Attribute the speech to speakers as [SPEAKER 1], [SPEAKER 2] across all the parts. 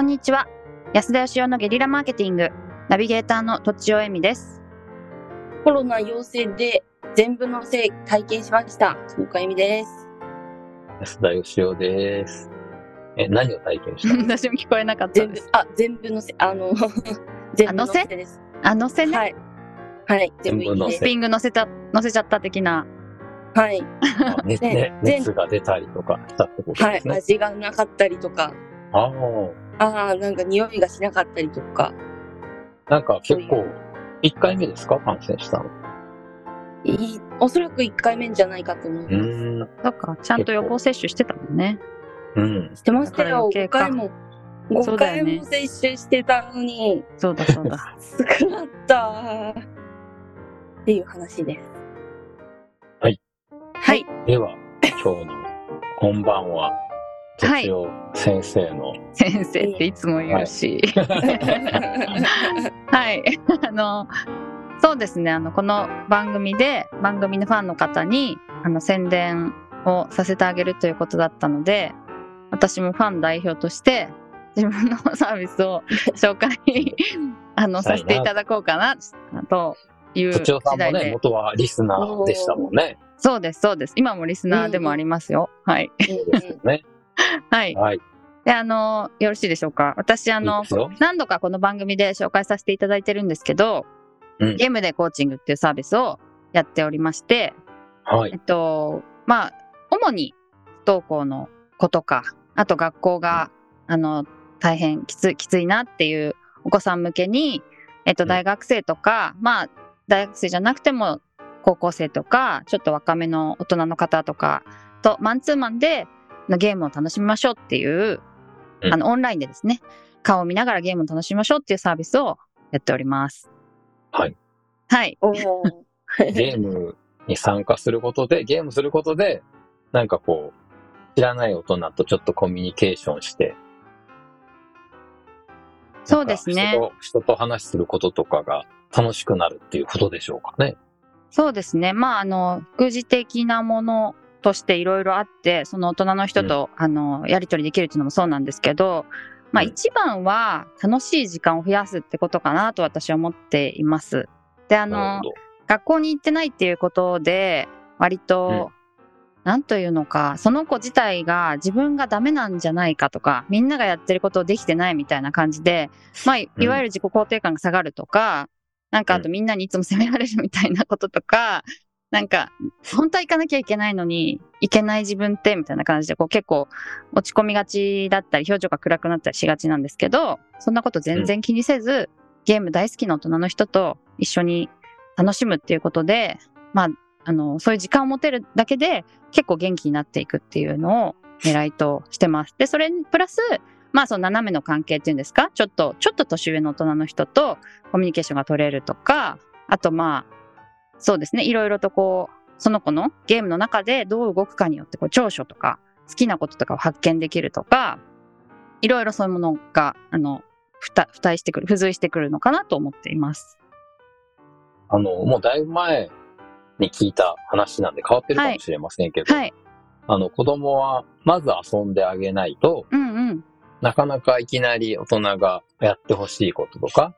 [SPEAKER 1] んにちは。安田義雄のゲリラマーケティング、ナビゲーターのとちおえみです。
[SPEAKER 2] コロナ陽性で全部のせい体験しました。中華ゆみです。
[SPEAKER 3] 安田義雄です。え、何を体験したの
[SPEAKER 1] 私も聞こえなかった
[SPEAKER 2] 全
[SPEAKER 1] で
[SPEAKER 2] 部
[SPEAKER 1] す。、
[SPEAKER 2] あ、全部のせ、あの、 全部のせです。
[SPEAKER 1] あ、乗せね。
[SPEAKER 2] はい。はい、全部いい
[SPEAKER 3] 全部
[SPEAKER 2] で
[SPEAKER 3] の
[SPEAKER 1] ス
[SPEAKER 2] す
[SPEAKER 3] せ。
[SPEAKER 1] ピング乗せた、乗せちゃった的な。
[SPEAKER 2] はい。
[SPEAKER 3] あね
[SPEAKER 2] ね
[SPEAKER 3] ね
[SPEAKER 2] 全
[SPEAKER 3] 熱が出たりとかしたってこと
[SPEAKER 2] は
[SPEAKER 3] で
[SPEAKER 2] い
[SPEAKER 3] す。ね。
[SPEAKER 2] 味がなかったりとか、
[SPEAKER 3] あ
[SPEAKER 2] ああ、なんか匂いがしなかったりとか。
[SPEAKER 3] あ、なんか結構、1回目ですか感染したの。
[SPEAKER 2] いいおそらく1回目じゃないかと思
[SPEAKER 3] う
[SPEAKER 2] います。
[SPEAKER 3] ーん。
[SPEAKER 1] そっか、ちゃんと予防接種してたもんね。
[SPEAKER 3] うん。
[SPEAKER 2] してました
[SPEAKER 1] だから
[SPEAKER 2] よ。
[SPEAKER 1] 余計
[SPEAKER 2] 5
[SPEAKER 1] か
[SPEAKER 2] 回も、
[SPEAKER 1] そう
[SPEAKER 2] 5
[SPEAKER 1] だよ
[SPEAKER 2] 回
[SPEAKER 1] ね
[SPEAKER 2] も接種してたのに、
[SPEAKER 1] そうだそう だ。
[SPEAKER 2] 少なかった。っていう話です。
[SPEAKER 3] はい。
[SPEAKER 2] はい。
[SPEAKER 3] では、今日のこんばんは、と
[SPEAKER 1] はい
[SPEAKER 3] ちお先生の、
[SPEAKER 1] 先生っていつも言うし。はい。 あの、そうですね。あの、この番組で、番組のファンの方に、あの、宣伝をさせてあげるということだったので、私もファン代表として、自分のサービス を紹介、 あの、
[SPEAKER 3] した
[SPEAKER 1] さ
[SPEAKER 3] いな
[SPEAKER 1] せていただこうかな、という
[SPEAKER 3] と
[SPEAKER 1] 次
[SPEAKER 3] ちおさんも
[SPEAKER 1] 第
[SPEAKER 3] ね、
[SPEAKER 1] で。
[SPEAKER 3] 元はリスナーでしたもんね。
[SPEAKER 1] そうです、そうです。今もリスナーでもありますよ。はい。
[SPEAKER 3] ね。
[SPEAKER 1] はい。
[SPEAKER 3] はい。
[SPEAKER 1] で、あの、よろしいでしょうか。私、あ
[SPEAKER 3] いい
[SPEAKER 1] の
[SPEAKER 3] で、すよ。
[SPEAKER 1] 何度かこの番組で紹介させていただいてるんですけど、
[SPEAKER 3] うん
[SPEAKER 1] ゲームでコーチングっていうサービスをやっておりまして、
[SPEAKER 3] は
[SPEAKER 1] え
[SPEAKER 3] い。
[SPEAKER 1] っと、まあ、主に不登校の子とか、あと学校が、あの、大変きつきついなっていうお子さん向けに、えっと、
[SPEAKER 3] うん
[SPEAKER 1] 大学生とか、まあ、大学生じゃなくても高校生とか、ちょっと若めの大人の方とかとマンツーマンでのゲームを楽しみましょうっていう、
[SPEAKER 3] うん
[SPEAKER 1] あの、オンラインでですね、顔を見ながらゲームを楽しみましょうっていうサービスをやっております。
[SPEAKER 3] はい。
[SPEAKER 1] はい。
[SPEAKER 2] おー
[SPEAKER 3] ゲームに参加することで、ゲームすることで、なんかこう、知らない大人とちょっとコミュニケーションして、
[SPEAKER 1] そうですね
[SPEAKER 3] なんか人と。人と話することとかが楽しくなるっていうことでしょうかね。
[SPEAKER 1] そうですね。まあ、あの、副次的なものとしていろいろあって、その大人の人と、あの、やり取りできるっていうのもそうなんですけど、まあ、
[SPEAKER 3] うん
[SPEAKER 1] 一番は楽しい時間を増やすってことかなと私は思っています。で、あ
[SPEAKER 3] な
[SPEAKER 1] の
[SPEAKER 3] る、ほ
[SPEAKER 1] 学校に行ってないっていうことで、割と、なんというのか、その子自体が自分がダメなんじゃないかとか、みんながやってることをできてないみたいな感じで、まあ、い
[SPEAKER 3] うん
[SPEAKER 1] いわゆる自己肯定感が下がるとか、なんかあと
[SPEAKER 3] う
[SPEAKER 1] みんなにいつも責められるみたいなこととか、なんか、本当は行かなきゃいけないのに、行けない自分って、みたいな感じで、こう結構落ち込みがちだったり、表情が暗くなったりしがちなんですけど、そんなこと全然気にせず、ゲーム大好きな大人の人と一緒に楽しむっていうことで、まあ、あの、そういう時間を持てるだけで結構元気になっていくっていうのを狙いとしてます。で、それにプラス、まあその斜めの関係っていうんですか、ちょっと、ちょっと年上の大人の人とコミュニケーションが取れるとか、あとまあ、そうですね、いろいろとこう、その子のゲームの中でどう動くかによってこう長所とか好きなこととかを発見できるとか、いろいろそういうものが、あの、ふた、付帯してくる、付随してくるのかなと思っています。
[SPEAKER 3] どあの、もうだいぶ前に聞いた話なんで変わってるかもしれませんけど、
[SPEAKER 1] はい。
[SPEAKER 3] あの、子供はまず遊んであげないと、
[SPEAKER 1] うんうん。
[SPEAKER 3] なかなかいきなり大人がやってほしいこととか、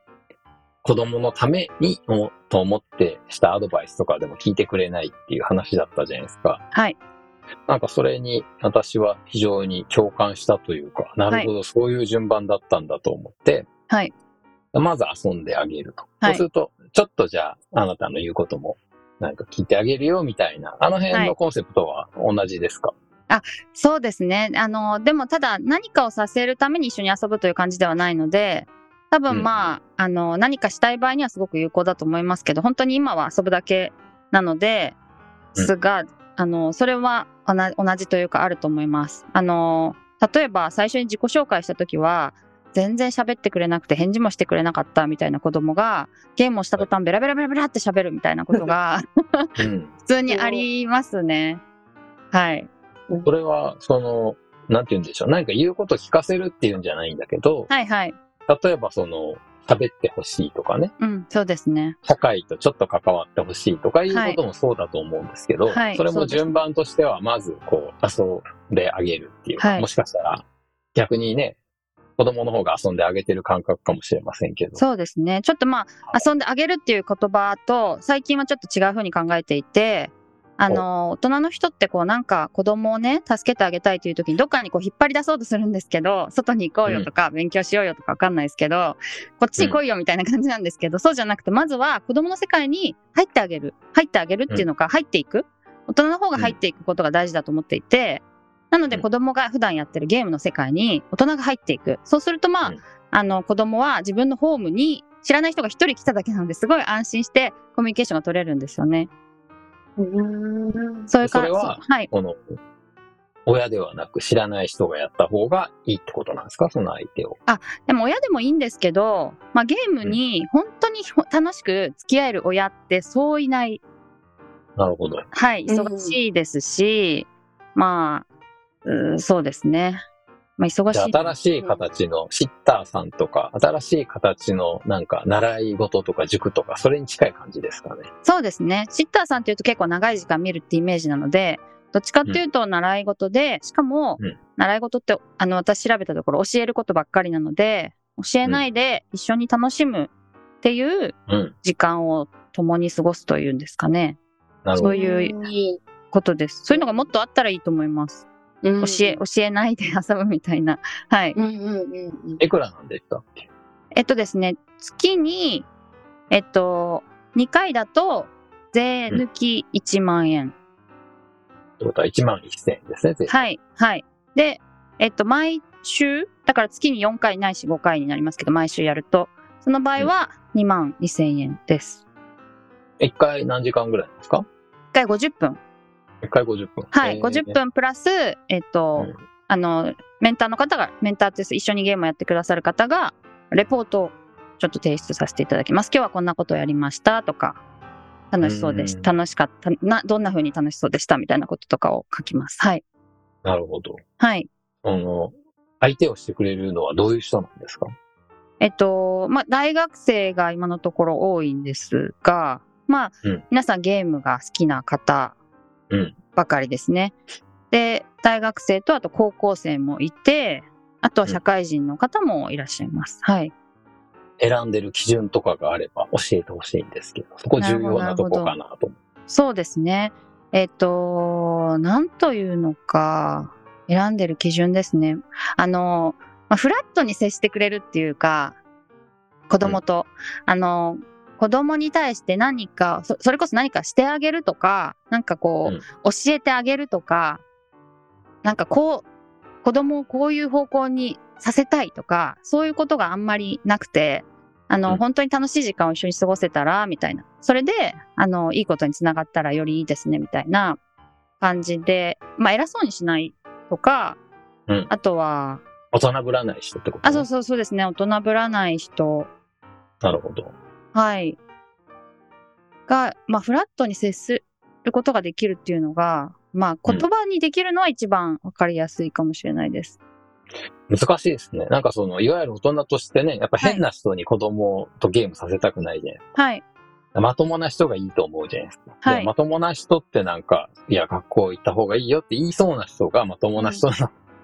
[SPEAKER 3] 子供のためにもと思ってしたアドバイスとかでも聞いてくれないっていう話だったじゃないですか。
[SPEAKER 1] はい。
[SPEAKER 3] なんかそれに私は非常に共感したというか、なるほど、そういう順番だったんだと思って、
[SPEAKER 1] はい。
[SPEAKER 3] まず遊んであげると。
[SPEAKER 1] はい
[SPEAKER 3] そうすると、ちょっとじゃああなたの言うこともなんか聞いてあげるよみたいな、あの辺のコンセプトは同じですか、
[SPEAKER 1] そうですね。あの、でもただ何かをさせるために一緒に遊ぶという感じではないので、多
[SPEAKER 3] う
[SPEAKER 1] 分
[SPEAKER 3] ん
[SPEAKER 1] まあ、あの、何かしたい場合にはすごく有効だと思いますけど、本当に今は遊ぶだけなので、
[SPEAKER 3] うん
[SPEAKER 1] すが、あの、それはおな同じというかあると思います。あの、例えば最初に自己紹介した時は、全然喋ってくれなくて返事もしてくれなかったみたいな子供が、ゲームをした途端ベラベラベラベラって喋るみたいなことが
[SPEAKER 3] うん。
[SPEAKER 1] 普通にありますね。はい。
[SPEAKER 3] それは、その、なんて言うんでしょう。何か言うこと聞かせるっていうんじゃないんだけど、
[SPEAKER 1] はいはい。
[SPEAKER 3] 例えばその、喋ってほしいとかね、
[SPEAKER 1] うん、そうですね。
[SPEAKER 3] 社会とちょっと関わってほしいとかいう
[SPEAKER 1] はい
[SPEAKER 3] こともそうだと思うんですけど、
[SPEAKER 1] はい
[SPEAKER 3] それ
[SPEAKER 1] そ
[SPEAKER 3] も
[SPEAKER 1] うですね
[SPEAKER 3] 順番としては、まずこう、遊んであげるっていうか、
[SPEAKER 1] はい
[SPEAKER 3] もしかしたら、逆にね、子供の方が遊んであげてる感覚かもしれませんけど。
[SPEAKER 1] そうですね。ちょっとまあ、遊んであげるっていう言葉と、最近はちょっと違う風に考えていて、あの、大人の人ってこうなんか子供をね、助けてあげたいという時にどっかにこう引っ張り出そうとするんですけど、外に行こうよとか、勉強しようよとかわかんないですけど、こっちに来いよみたいな感じなんですけど、そうじゃなくて、まずは子供の世界に入ってあげる。入ってあげるっていうのか、入っていく。大人の方が入っていくことが大事だと思っていて、なので
[SPEAKER 3] うん
[SPEAKER 1] 子供が普段やってるゲームの世界に大人が入っていく。そうするとまあ、
[SPEAKER 3] うん
[SPEAKER 1] あの子供は自分のホームに知らない人が一人来ただけなのですごい安心してコミュニケーションが取れるんですよね。
[SPEAKER 2] うん。
[SPEAKER 1] それから、
[SPEAKER 3] それは
[SPEAKER 1] そうはい。
[SPEAKER 3] この、親ではなく知らない人がやった方がいいってことなんですかその相手を。
[SPEAKER 1] でも親でもいいんですけど、まあゲームに本当にほ楽しく付き合える親ってそういない。
[SPEAKER 3] なるほど。
[SPEAKER 1] はい。
[SPEAKER 2] うん
[SPEAKER 1] 忙しいですし、まあ、うんそうですね。まあ忙
[SPEAKER 3] じゃあ
[SPEAKER 1] しい。
[SPEAKER 3] 新しい形のシッターさんとか、新しい形のなんか習い事とか塾とか、それに近い感じですかね。
[SPEAKER 1] そうですね。シッターさんっていうと結構長い時間見るってイメージなので、どっちかっていうと習い事で、しかも
[SPEAKER 3] うん、
[SPEAKER 1] 習い事って、あの、私調べたところ教えることばっかりなので、教えないで一緒に楽しむっていう
[SPEAKER 3] うん。
[SPEAKER 1] 時間を共に過ごすというんですかね。
[SPEAKER 3] なる
[SPEAKER 1] そ
[SPEAKER 3] ほど
[SPEAKER 1] う。いう
[SPEAKER 2] い
[SPEAKER 1] ことです。そういうのがもっとあったらいいと思います。
[SPEAKER 2] うん
[SPEAKER 1] 教え、教えないで遊ぶみたいな。 はい。
[SPEAKER 2] うんうんうんうん。
[SPEAKER 3] いくらなんでしたっけ
[SPEAKER 1] えっとですね、月に、えっと、2回だと、税抜き1万円。
[SPEAKER 3] ってことは1万1000円ですね。全部
[SPEAKER 1] はい、はい。で、えっと、毎週、だから月に4回ないし5回になりますけど、毎週やると、その場合は2万2千円です。
[SPEAKER 3] 一回何時間ぐらいですか
[SPEAKER 1] 1回50分。
[SPEAKER 3] 一回50分。
[SPEAKER 1] はい、
[SPEAKER 3] えー
[SPEAKER 1] 50。分プラス、えっと、
[SPEAKER 3] うん
[SPEAKER 1] あの、メンターの方が、メンターって一緒にゲームをやってくださる方が、レポートをちょっと提出させていただきます。今日はこんなことをやりましたとか、楽しそうでし
[SPEAKER 3] うん
[SPEAKER 1] た。楽しかった。な、どんな風に楽しそうでしたみたいなこととかを書きます。はい。
[SPEAKER 3] なるほど。
[SPEAKER 1] はい。
[SPEAKER 3] その、相手をしてくれるのはどういう人なんですか
[SPEAKER 1] えっと、まあ、大学生が今のところ多いんですが、まあ、
[SPEAKER 3] うん
[SPEAKER 1] 皆さんゲームが好きな方
[SPEAKER 3] うん
[SPEAKER 1] ばかりですね。で、大学生とあと高校生もいて、あとは社会人の方もいらっしゃいます。はい。
[SPEAKER 3] 選んでる基準とかがあれば教えてほしいんですけど、そこ重要なとこかなと思
[SPEAKER 1] そうですね。えっと、なんというのか、選んでる基準ですね。あの、まあ、フラットに接してくれるっていうか、子供と、あの、子供に対して何かそ、それこそ何かしてあげるとか、なんかこう、
[SPEAKER 3] うん
[SPEAKER 1] 教えてあげるとか、なんかこう、子供をこういう方向にさせたいとか、そういうことがあんまりなくて、あの、
[SPEAKER 3] うん
[SPEAKER 1] 本当に楽しい時間を一緒に過ごせたら、みたいな。それで、あの、いいことにつながったらよりいいですね、みたいな感じで、まあ、偉そうにしないとか、
[SPEAKER 3] うん
[SPEAKER 1] あとは、
[SPEAKER 3] 大人ぶらない人ってこと
[SPEAKER 1] あ、そうそうそうですね、大人ぶらない人、
[SPEAKER 3] なるほど。
[SPEAKER 1] はい。が、まあ、フラットに接することができるっていうのが、まあ、
[SPEAKER 3] うん
[SPEAKER 1] 言葉にできるのは一番わかりやすいかもしれないです。
[SPEAKER 3] 難しいですね。なんかその、いわゆる大人としてね、やっぱ変な人に子供とゲームさせたくないじゃないです
[SPEAKER 1] はい。
[SPEAKER 3] か。まともな人がいいと思うじゃないですか。
[SPEAKER 1] はい
[SPEAKER 3] でもまともな人ってなんか、いや、学校行った方がいいよって言いそうな人がまともな人な、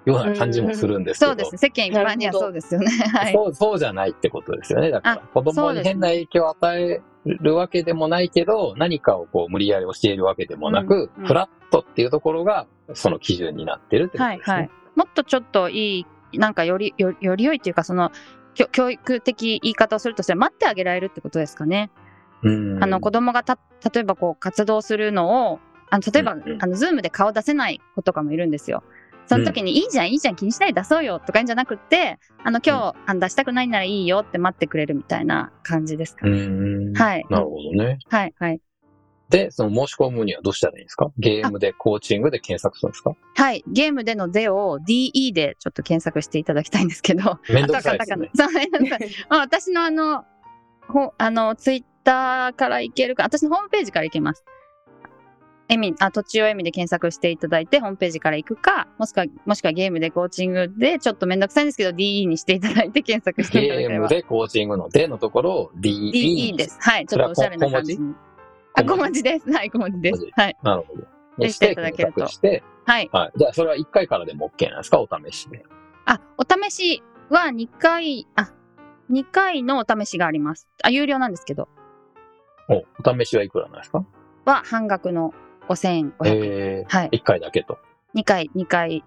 [SPEAKER 3] ような感じもするんですけど。
[SPEAKER 1] そうですね。世間一般にはそうですよね。 はい。
[SPEAKER 3] そう、そうじゃないってことですよね。だから、子
[SPEAKER 1] そ
[SPEAKER 3] 供
[SPEAKER 1] うです
[SPEAKER 3] に
[SPEAKER 1] ね
[SPEAKER 3] 変な影響を与えるわけでもないけど、何かをこう無理やり教えるわけでもなく、
[SPEAKER 1] うんうん
[SPEAKER 3] フラットっていうところが、その基準になってるってこと
[SPEAKER 1] は
[SPEAKER 3] で
[SPEAKER 1] い
[SPEAKER 3] すね。
[SPEAKER 1] はい。もっとちょっといい、なんかより、よより良いっていうか、その、きょ教育的言い方をするとして、待ってあげられるってことですかね。
[SPEAKER 3] うん
[SPEAKER 1] あの、子供がた、例えばこう、活動するのを、あの、例えば、
[SPEAKER 3] うんうん
[SPEAKER 1] あの、ズームで顔出せない子とかもいるんですよ。その時に、いいじゃん、いいじゃん、気にしないで出そうよとかいうんじゃなくって、あの、今日、あの出したくないならいいよって待ってくれるみたいな感じですか
[SPEAKER 3] う
[SPEAKER 1] ね。
[SPEAKER 3] ん。
[SPEAKER 1] はい
[SPEAKER 3] なるほどね。
[SPEAKER 1] はい、はい。
[SPEAKER 3] で、その申し込むにはどうしたらいいんですかゲームで、コーチングで検索するんですか
[SPEAKER 1] はい。ゲームでの「で」を DE でちょっと検索していただきたいんですけど。
[SPEAKER 3] めんどくさいですよね。
[SPEAKER 1] あとはカタカナそうめんどくさいまあ、私のあの、ほ、あの、ツイッターから行けるか、私のホームページから行けます。エミ、あ、途中をエミで検索していただいて、ホームページから行くか、もしくは、もしくはゲームでコーチングで、ちょっとめんどくさいんですけど、DE にしていただいて検索していただ
[SPEAKER 3] ゲ
[SPEAKER 1] け
[SPEAKER 3] ー
[SPEAKER 1] れば
[SPEAKER 3] ム。で、コーチングのでのところを DE。
[SPEAKER 1] DE です。。はい、ちょっとおしゃれな感じに。あ、小文字です。はい、小文字です
[SPEAKER 3] 小文。
[SPEAKER 1] はい。
[SPEAKER 3] なるほど。
[SPEAKER 1] で
[SPEAKER 3] にして、
[SPEAKER 1] していただ
[SPEAKER 3] 検
[SPEAKER 1] けると
[SPEAKER 3] 索して、
[SPEAKER 1] はい。
[SPEAKER 3] はい。じゃあ、それは1回からでも OK なんですかお試しで。
[SPEAKER 1] あ、お試し
[SPEAKER 4] は2回、あ、2回のお試しがあります。あ、有料なんですけど、
[SPEAKER 3] お、お試しはいくらなんですか
[SPEAKER 4] は半額の5500円。
[SPEAKER 3] え
[SPEAKER 4] はい
[SPEAKER 3] ー、。1回だけと。
[SPEAKER 4] 2回、2回。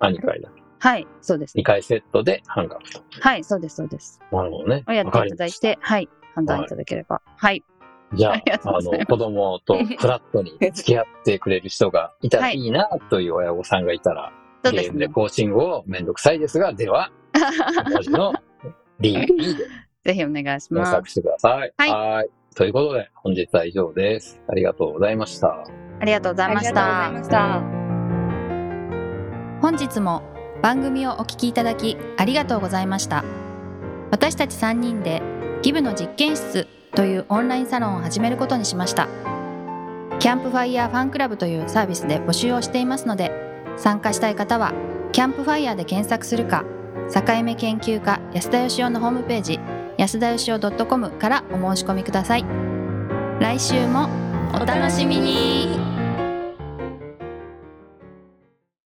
[SPEAKER 3] あ、2回だけ。
[SPEAKER 4] はい、そうです。
[SPEAKER 3] 2回セットで半額と。
[SPEAKER 4] はい、そうです、そうです。
[SPEAKER 3] なるほどね。
[SPEAKER 4] をやっていただい
[SPEAKER 3] わかり
[SPEAKER 4] て、はい、判断いただければ。はい。
[SPEAKER 3] ましたじゃあ、
[SPEAKER 4] ありがとう
[SPEAKER 3] あ
[SPEAKER 4] ございます
[SPEAKER 3] の、子供とフラットに付き合ってくれる人がいたら
[SPEAKER 4] はい
[SPEAKER 3] いいなという親御さんがいたら、
[SPEAKER 4] そう
[SPEAKER 3] ゲ
[SPEAKER 4] で
[SPEAKER 3] ー
[SPEAKER 4] す
[SPEAKER 3] ムで
[SPEAKER 4] ね。
[SPEAKER 3] コーチングをめんどくさいですが、では、文字の DB で
[SPEAKER 4] ぜ ひお願いし
[SPEAKER 3] 検
[SPEAKER 4] ます。
[SPEAKER 3] 索してください。
[SPEAKER 4] はい
[SPEAKER 3] ーい。ということで、本日は以上です。ありがとうございました。
[SPEAKER 4] ありがとうございまし
[SPEAKER 2] あ
[SPEAKER 4] た
[SPEAKER 2] りがとうございま。した。
[SPEAKER 1] 本日も番組をお聞きいただきありがとうございました私たち3人でギブの実験室というオンラインサロンを始めることにしましたキャンプファイヤーファンクラブというサービスで募集をしていますので参加したい方はキャンプファイヤーで検索するか境目研究家安田義雄のホームページ安田義雄 .com からお申し込みください来週もお楽しみに